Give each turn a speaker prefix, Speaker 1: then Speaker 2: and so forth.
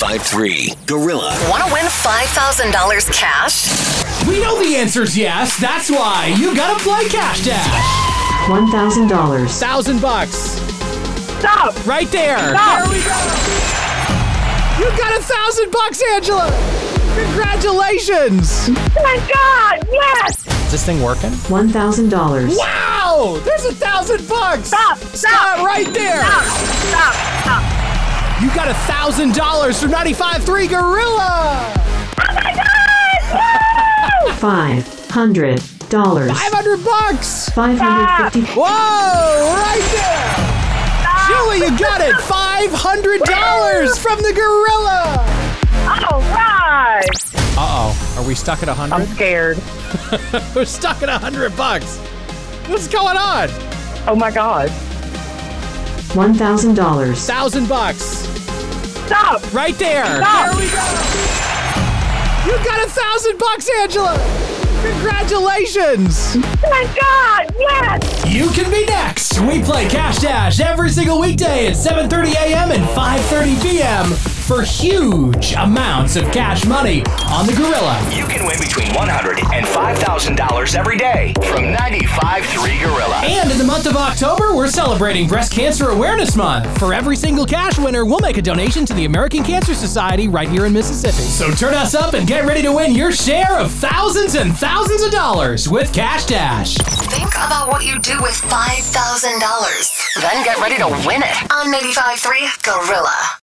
Speaker 1: 953 Gorilla.
Speaker 2: Want to win $5,000 cash?
Speaker 3: We know the answer's yes. That's why you gotta play Cash Dash.
Speaker 4: $1,000.
Speaker 3: Thousand bucks.
Speaker 5: Stop!
Speaker 3: Right there. You got a thousand bucks, Angela. Congratulations.
Speaker 5: Thank God! Yes!
Speaker 6: Is this thing working?
Speaker 4: $1,000.
Speaker 3: Wow. There's a thousand bucks.
Speaker 5: Stop! Stop!
Speaker 3: Stop right there.
Speaker 5: Stop! Stop! Stop!
Speaker 3: You got a thousand dollars from 95.3 Gorilla.
Speaker 4: $500.
Speaker 3: 500 bucks.
Speaker 4: 550
Speaker 3: Whoa, right there. Julie, you got it. $500 from the Gorilla.
Speaker 5: All right!
Speaker 6: Uh oh. Are we stuck at a
Speaker 5: I'm
Speaker 6: 100?
Speaker 5: scared.
Speaker 3: We're stuck at 100 bucks. What's going on?
Speaker 5: Oh my God!
Speaker 4: $1,000.
Speaker 3: Thousand bucks.
Speaker 5: Stop!
Speaker 3: Right there.
Speaker 5: Stop!
Speaker 3: You got a thousand bucks, Angela. Congratulations.
Speaker 5: Thank Oh God! Yes!
Speaker 3: You can be next. We play Cash Dash every single weekday at 7:30 a.m. and 5:30 p.m. for huge amounts of cash money on the Gorilla.
Speaker 1: You can win between $100 and $5,000 every day from 953 Gorilla.
Speaker 3: And in the month of October, we're celebrating Breast Cancer Awareness Month. For every single cash winner, we'll make a donation to the American Cancer Society right here in Mississippi. So turn us up and get ready to win your share of thousands and thousands of dollars with Cash Dash.
Speaker 2: Think about what you do with $5,000. Then get ready to win it on 95.3 Gorilla.